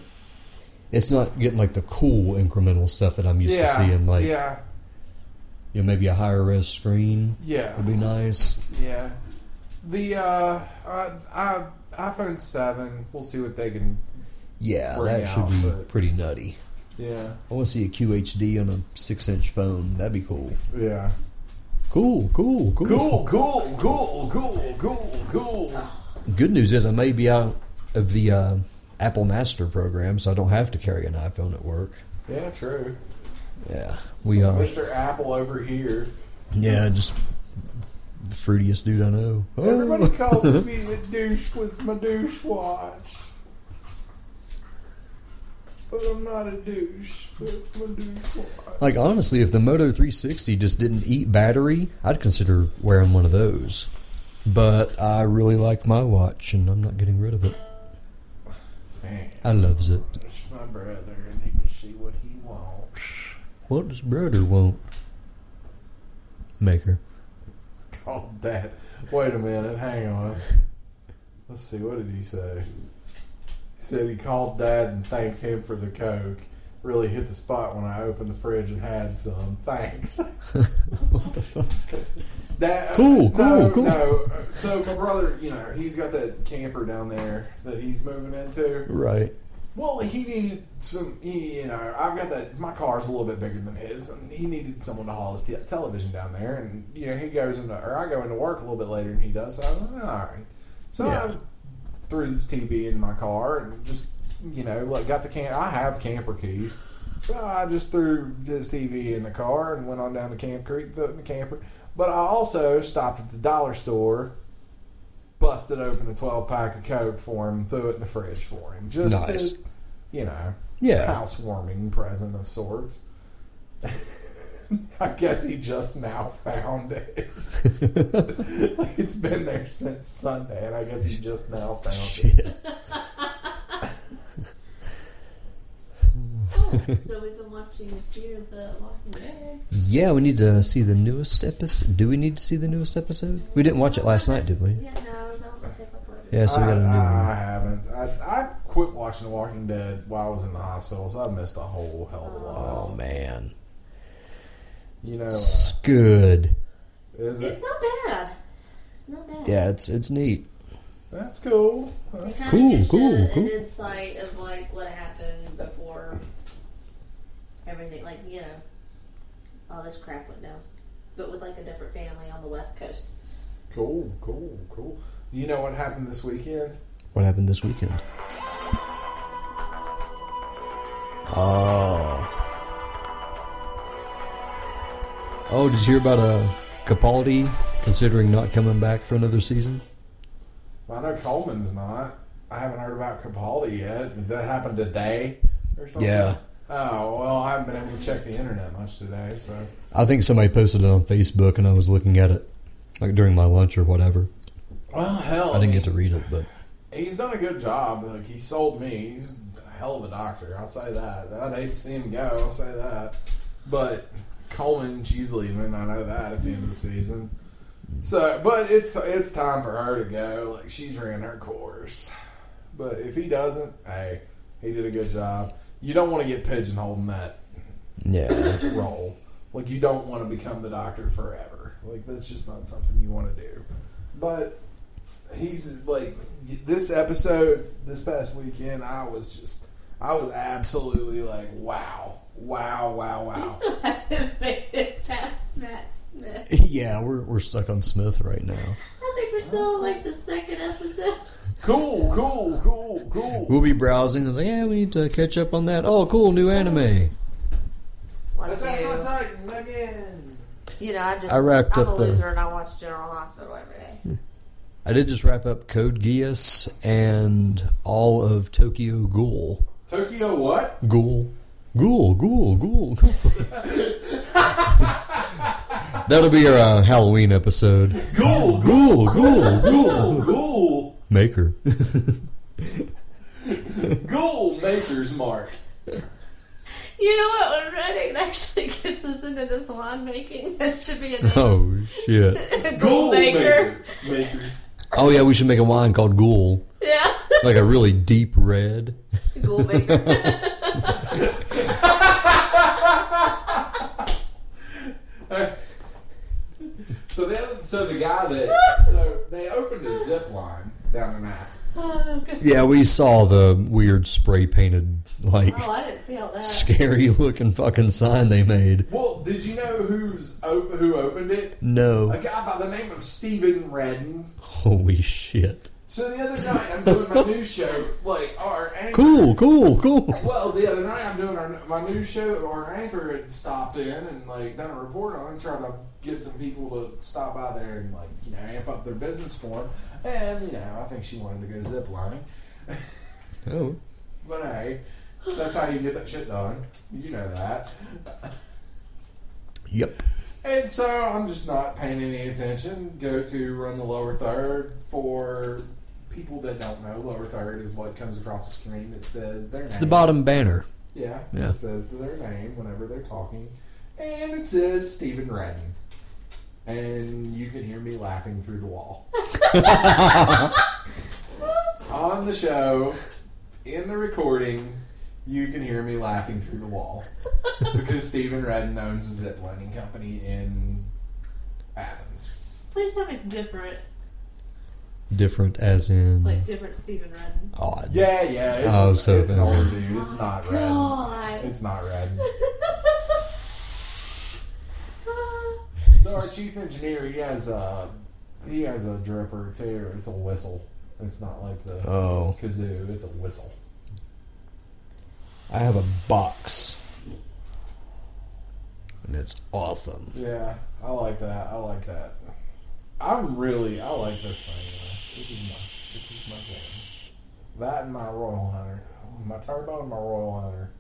it's not getting like the cool incremental stuff that I'm used
yeah,
to seeing. Like,
yeah,
you know, maybe a higher res screen
yeah,
would be nice.
yeah. The uh, I, I, iPhone 7. We'll see what they can.
Yeah,
Bring
that should
out,
be
but-
pretty nutty.
Yeah,
I want to see a QHD on a six-inch phone. That'd be cool.
yeah.
Cool, cool, cool.
Cool, cool, cool, cool, cool, cool.
Good news is I may be out of the uh, Apple Master program, so I don't have to carry an iPhone at work.
Yeah, true.
Yeah, we
So
are.
Mr. Apple over here.
Yeah, just the fruitiest dude I know. Oh.
Everybody calls me the douche with my douche watch. But I'm not a douche with my douche watch.
Like honestly, if the Moto 360 just didn't eat battery, I'd consider wearing one of those. But I really like my watch, and I'm not getting rid of it.
Man,
I loves it.
that's my brother. I need to see what he wants.
What does brother want? Maker.
Called that. Wait a minute. Hang on. Let's see. What did he say? He said he called dad and thanked him for the Coke. Really hit the spot when I opened the fridge and had some. Thanks.
what the fuck?
That uh,
Cool, cool,
no,
cool.
No, so my brother, you know, he's got that camper down there that he's moving into.
Right.
Well, he needed some, he, you know, I've got that. My car's a little bit bigger than his, and he needed someone to haul his te- television down there. And you know, he goes into, or I go into work a little bit later than he does. So I'm like, all right. So
Yeah.
I threw this TV in my car and just, you know, like got the cam. I have camper keys. So I just threw this TV in the car and went on down to Camp Creek, the, the camper. But I also stopped at the dollar store, busted open a 12 pack of Coke for him, threw it in the fridge for him. Just
Nice.
to, you know,
Yeah.
housewarming present of sorts. I guess he just now found it. it's been there since Sunday, and I guess he just now found it.
Shit.
so we've been watching Fear the Walking Dead.
Yeah, we need to see the newest episode. Do we need to see the newest episode? We didn't watch it last night, did we?
Yeah, no, I was not gonna say if I put it.
Yeah, so we got a new
I, I
one.
haven't. I, I quit watching The Walking Dead while I was in the hospital, so I missed a whole hell of a lot.
Oh man,
You know, uh,
it's good.
is
It's
it?
not bad. It's not bad.
Yeah, it's it's neat.
That's cool.
It
That's-
kind
Cool,
of gives
cool,
you
cool.
an insight of like what happened before everything, like you know, all this crap went down, but with like a different family on the West Coast.
Cool, cool, cool. You know what happened this weekend?
What happened this weekend? Oh. Oh, did you hear about uh, Capaldi considering not coming back for another season?
I know Coleman's not. I haven't heard about Capaldi yet. Did that happen today? or something?
Yeah.
Oh well, I haven't been able to check the internet much today, so
I think somebody posted it on Facebook and I was looking at it like during my lunch or whatever.
well, hell,
I didn't get to read it, but
He's done a good job. Like he sold me. He's a hell of a doctor. I'll say that. I'd hate to see him go. I'll say that. But Coleman, she's leaving. I know that at the end of the season. So, but it's it's time for her to go. Like she's ran her course. But if he doesn't, hey, he did a good job. You don't want to get pigeonholed in that
yeah.
role. Like you don't want to become the doctor forever. Like that's just not something you want to do. But he's like this episode this past weekend. I was just I was absolutely like wow, wow, wow,
We
wow.
still haven't made it past Matt Smith.
yeah, we're, we're stuck on Smith right now.
I think we're still on, like the second episode.
Cool, cool, cool, cool.
We'll be browsing. It's like, yeah, we need to catch up on that. Oh, cool, new anime.
Like
That's
you.
not Titan again.
You know, I just
I wrapped
am
up
a
the-
loser and I watch General Hospital every day.
I did just wrap up Code Geass and all of Tokyo Ghoul.
Tokyo what?
Ghoul. Ghoul, ghoul, ghoul, ghoul. That'll be our uh, Halloween episode.
Cool,
Ghoul, ghoul,
cool,
ghoul.
cool,
Maker.
cool. Maker's mark.
You know what? When Redding actually gets us into this wand making, that should be a name.
oh, shit.
Ghoul
Gold maker.
Maker.
Oh, yeah, we should make a wine called Ghoul.
Yeah.
Like a really deep red.
Gold maker.
So the other- so the guy that so they opened a zip line down in Athens.
oh, God.
Yeah, we saw the weird spray painted, like,
oh, I didn't see all that.
scary looking fucking sign they made.
Well, did you know who's op- who opened it? A
No.
guy by the name of Stephen Redden.
Holy shit.
So the other night I'm doing my news show, like our anchor.
Cool, cool, cool.
Well, the other night I'm doing our, my news show. Our anchor had stopped in and like done a report on, it, trying to get some people to stop by there and like you know amp up their business for them. And you know I think she wanted to go zip lining.
Oh.
But hey, that's how you get that shit done. You know that.
Yep.
And so I'm just not paying any attention. Go to run the lower third for people that don't know. Lower third is what comes across the screen that says their name.
It's the bottom banner.
Yeah,
Yeah.
It says their name whenever they're talking, and it says Stephen Redden. And you can hear me laughing through the wall on the show, in the recording. You can hear me laughing through the wall because Stephen Redden owns a zip lining company in Athens.
Please tell me it's different.
Different as in
Like, different Stephen Redden.
odd.
Yeah, yeah. It's,
Oh, so
it's an
then-
older dude. It's not Redden.
Oh, God.
It's not Redden. So our chief engineer, he has a he has a dripper too. It's a whistle. It's not like the
Oh.
kazoo. It's a whistle.
I have a box. And it's awesome.
Yeah, I like that. I like that. I'm really I like this thing. This is my this is my thing. That and my Royal Hunter, my turbo and my Royal Hunter.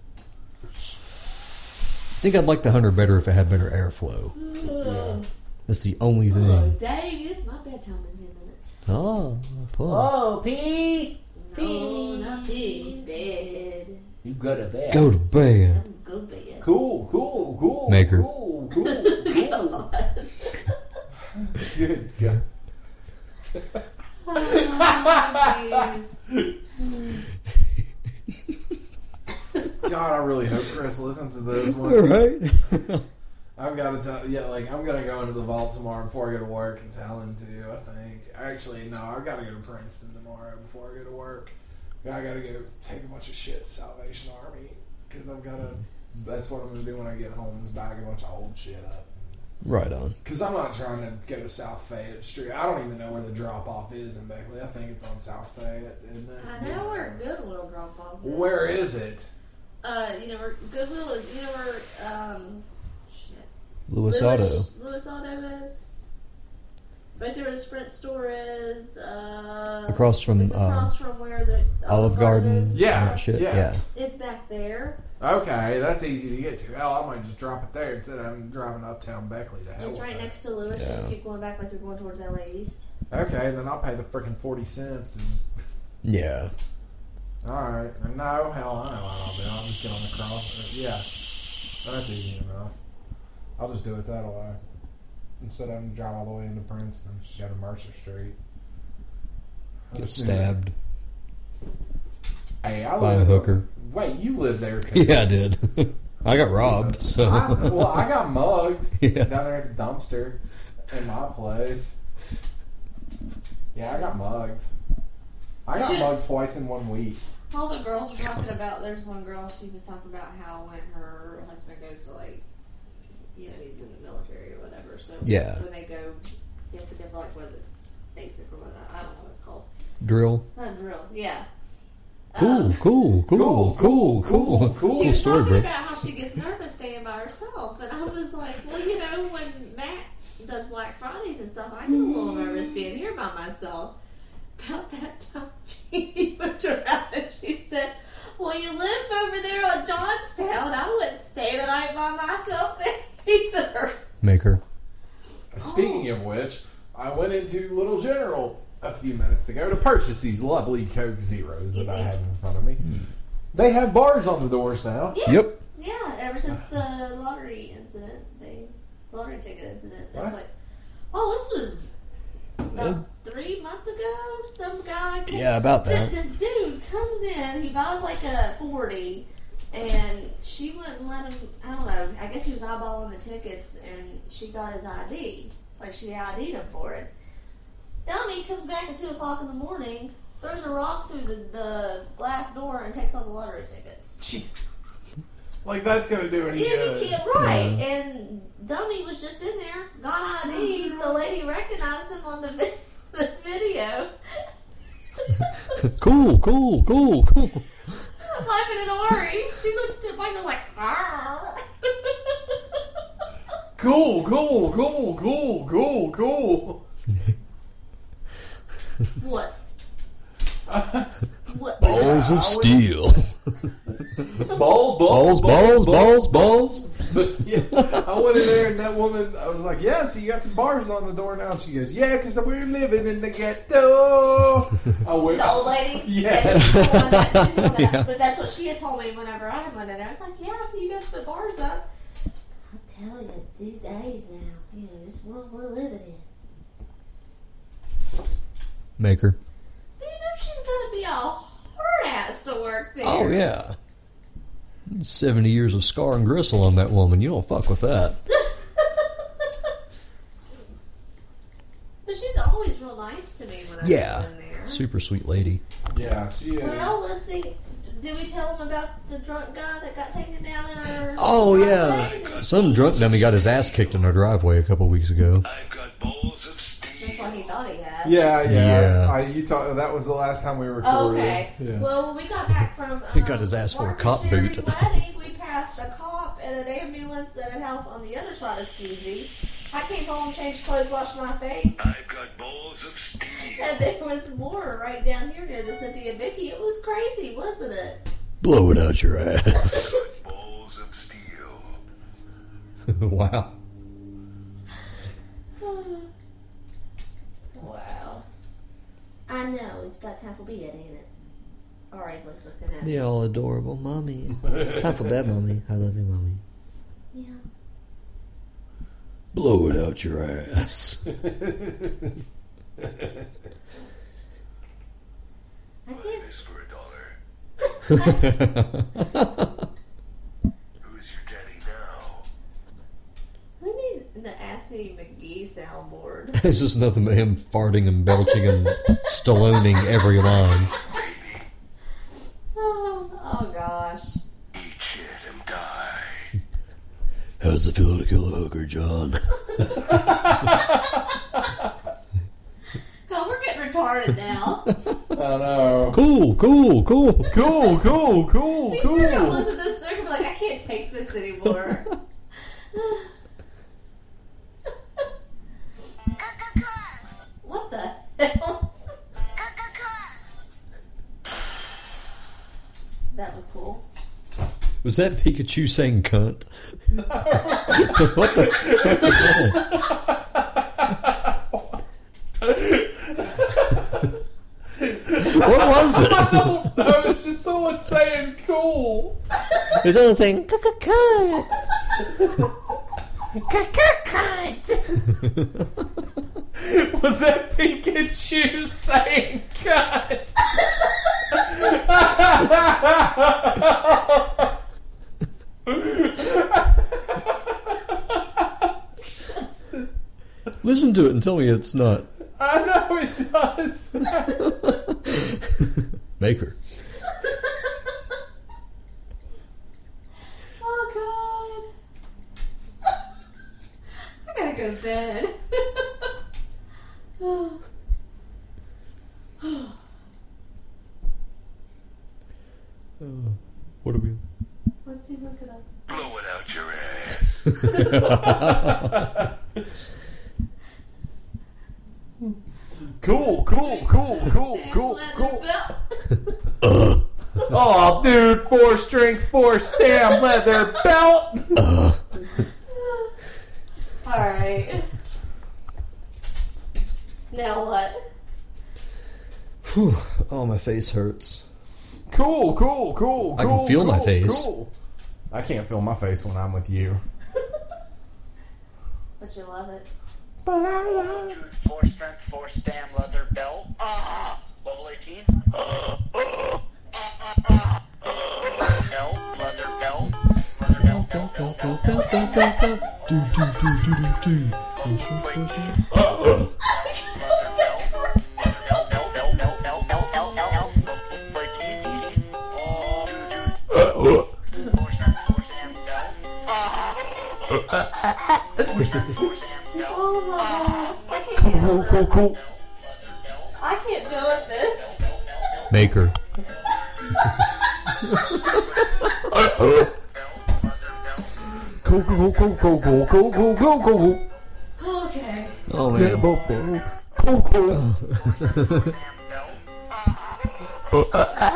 I think I'd like the hunter better if it had better airflow.
Yeah.
That's the only
Oh,
thing.
dang, it's my bedtime in 10 minutes.
Oh,
Ah.
pull.
Oh, Pete.
No, not pee. Bed.
You go to bed.
Go to bed.
I'm good bed.
Cool, cool, cool.
Maker.
Cool, cool, cool. Good God.
Oh, Jeez.
God, I really hope Chris listens to this
All
one.
right.
I've got to tell, yeah, like I'm gonna go into the vault tomorrow before I go to work and tell him to. I think actually, no, I've got to go to Princeton tomorrow before I go to work. I got to go take a bunch of shit to Salvation Army because I've got to. That's what I'm gonna do when I get home is bag a bunch of old shit up.
right on.
Because I'm not trying to go to South Fayette Street. I don't even know where the drop off is in Beckley. I think it's on South Fayette. And then,
I know where Goodwill drop off is.
Where is it?
Uh, you know where Goodwill is. You know where um, shit.
Louis
Louis-
Auto.
Louis Auto is.
Right there where the Sprint store is. Uh,
Across from
it's
uh,
across from where the
Olive Garden.
is.
and
Yeah,
that shit.
yeah.
Yeah.
It's back there.
Okay, that's easy to get to. Hell, I might just drop it there instead of I'm driving uptown Beckley to hell.
it's
with
right
that.
next to Lewis.
Yeah.
Just keep going back like you're going towards LA East.
Okay, then I'll pay the freaking forty cents. To just,
Yeah.
all right, no hell, I know what I'll do. I'll just get on the cross. uh, Yeah, that's easy enough. I'll just do it that way instead of having to drive all the way into Princeton. Just go to Mercer Street. I'll
Get
just do that.
stabbed
Hey, I
by a
live-
hooker.
Wait, you live there too?
Yeah, I did. I got robbed, so.
I, well, I got mugged
Yeah.
down there at the dumpster in my place. Yeah, I got mugged. I got
Shit.
mugged twice in one week.
All the girls were talking about. There's one girl. She was talking about how when her husband goes to like, you know, he's in the military or whatever. So
Yeah.
when they go, he has to go for like, was it basic or whatnot? I don't know what it's called.
Drill.
Not drill. Yeah.
Cool,
Um,
cool, cool, cool, cool.
cool.
she was
story,
talking
Brooke.
about how she gets nervous staying by herself, and I was like, well, you know, when Matt does Black Fridays and stuff, I get a little
Mm.
nervous being here by myself. About that time, she looked around and she said, "Well, you live over there on Johnstown. I wouldn't stay the night by myself there either."
Maker.
Oh.
Speaking of which, I went into Little General a few minutes ago to purchase these lovely Coke Zeros that I have in front of me.
Hmm.
They have bars on the doors now.
Yeah,
Yep.
yeah. Ever since the lottery incident, they lottery ticket incident, it was
What?
like, oh, this was about three months ago. Some guy, came
Yeah, about that.
Th- This dude comes in, he buys like a 40, and she wouldn't let him. I don't know, I guess he was eyeballing the tickets, and she got his ID. Like, she ID'd him for it. Dummy comes back at 2 o'clock in the morning, throws a rock through the, the glass door, and takes all the lottery tickets.
Gee, Like that's gonna do any
Yeah, you
good.
can't, right. And Dummy was just in there, got ID'd. The lady recognized him on the, vi- the video.
Cool, cool, cool, cool.
I'm laughing at Ari. She looked at Michael like, ah.
Cool, cool, cool, cool, cool, cool.
what? What?
Balls
I
of
would-
steel.
balls,
Balls, balls, balls, balls.
But yeah, I went in there and that woman, I was like, yeah, so you got some bars on the door now. And she goes, yeah, because we're living in the ghetto. I went,
The old lady?
Yeah.
she's the one that- she's the one that-
Yeah.
But that's what she had told me whenever I had went in there. I was like, yeah, so you guys put bars up. I'm telling you, these days now, you know, this world we're living in.
Maker.
But you know, she's going to be a hard ass to work there.
Oh, yeah. 70 years of scar and gristle on that woman. You don't fuck with that.
but she's always real nice to me when I
Yeah.
go in there.
Super sweet lady.
yeah, she is.
Well, let's see. Did we tell him about the drunk guy that got taken down in our?
Oh, yeah.
driveway?
Some drunk dummy got his ass kicked in her driveway a couple weeks ago.
I've got balls of
That's
steel.
what he thought he had.
yeah, yeah.
Yeah.
I, you talk, that was the last time we recorded.
Oh, okay.
Yeah.
Well, when we got back from
He
um,
got his ass full of
Martha
cop
Sherry's
boot.
wedding, we passed a cop and an ambulance and a house on the other side of Skeezy. I came home, changed clothes, washed my face,
I've got balls of steel.
and there was more right down here near the Cynthia Vicky. It was crazy, wasn't it?
Blow it out your ass.
Balls of steel.
wow.
wow. I know it's about time for bed, ain't it? Ari's like looking at me.
You're all adorable, mommy. Time for bed, mommy. I love you, mommy.
Yeah.
Blow it out your ass.
I think
This for a dollar. Who's your daddy now?
we need the Assy McGee soundboard.
it's just nothing but him farting and belching and stalloning every line.
Baby,
Oh, oh gosh.
eat shit and die.
How does it feel to kill a hooker, John?
God, Oh, we're getting retarded now.
I know.
Cool, cool, cool.
Cool, cool, cool,
People are gonna
cool.
listen to this, they're gonna be like, I can't take this anymore.
That was cool.
Was that Pikachu saying cunt? what the fuck is that? What was it?
no, it's just someone saying cool.
There's another thing. Cut.
Was that Pikachu saying cut?
Listen to it and tell me it's not.
I know it does.
Maker.
Oh god. I gotta go to bed.
What are we?
Let's see, look it up.
Blow it out your ass.
cool, cool, cool, cool, cool, cool.
Belt.
Oh, dude, four string, four stem leather belt.
Alright.
Now what?
Whew. Oh, my face hurts.
Cool, cool, cool.
I can
cool,
feel my
cool,
face.
Cool. I can't feel my face when I'm with you.
But you love it.
But I love you.
Four strength, four stam, leather belt. Ah, level 18. Ah, ah, ah, ah, ah. Belt, leather belt, leather belt, belt, belt, belt, belt, belt, belt, belt, belt, belt, belt, belt, level 18. Oh, dude, dude. Four strength, four stam, belt. Ah. Four strength, four stam, belt.
Oh my god. I can't,
Cool, cool, cool.
I can't deal with this.
Maker.
Cool, cool, cool, cool, cool, cool, cool, cool, cool.
Okay.
Oh man.
Cool, cool.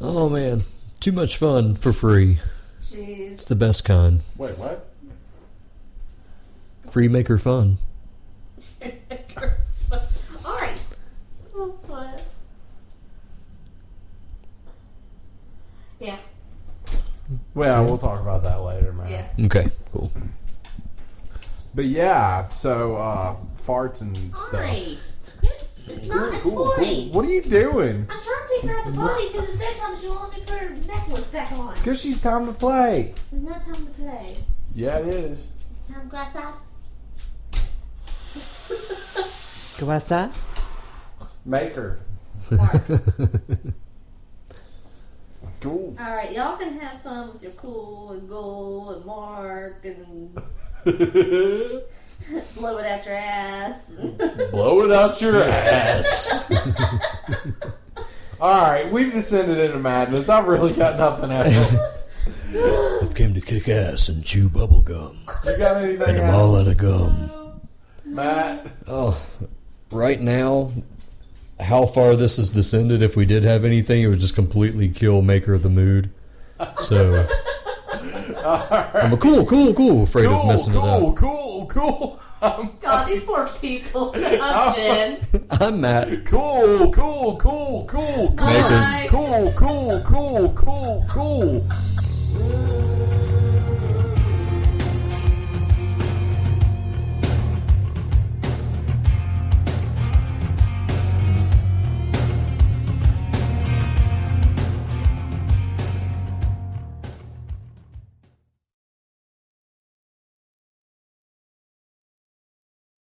Oh man. Too much fun for free.
Jeez.
It's the best kind.
Wait, what?
Free maker fun.
Alright. Oh, what? Yeah.
Well, we'll talk about that later, man.
Yeah.
Okay. Cool.
But yeah, so uh, farts and stuff.
Alright. It's not a toy.
What are you doing?
I'm trying to take her as a potty because it's bedtime. She won't let me put her necklace back on.
Cause she's time to play.
It's not time to play.
Yeah, it is.
It's time to go outside.
Go outside.
Maker. Cool.
All right, y'all can have fun with your cool and goal and mark and
Blow
blow it out your ass.
it out your ass. All right, we've descended into madness. I've really got nothing else.
I've came to kick ass and chew bubble gum,
You got anything
and I'm all
else,
out of gum.
Matt?
Oh, right now, how far this has descended, if we did have anything, it would just completely kill Maker of the Mood. So, I'm a cool, cool, cool, afraid of
Cool,
messing
cool, cool, cool. I'm
God, these poor people. I'm Jen.
it up. I'm Matt.
cool, cool, cool, cool, cool,
Maker.
Bye.
cool, cool, cool, cool, cool.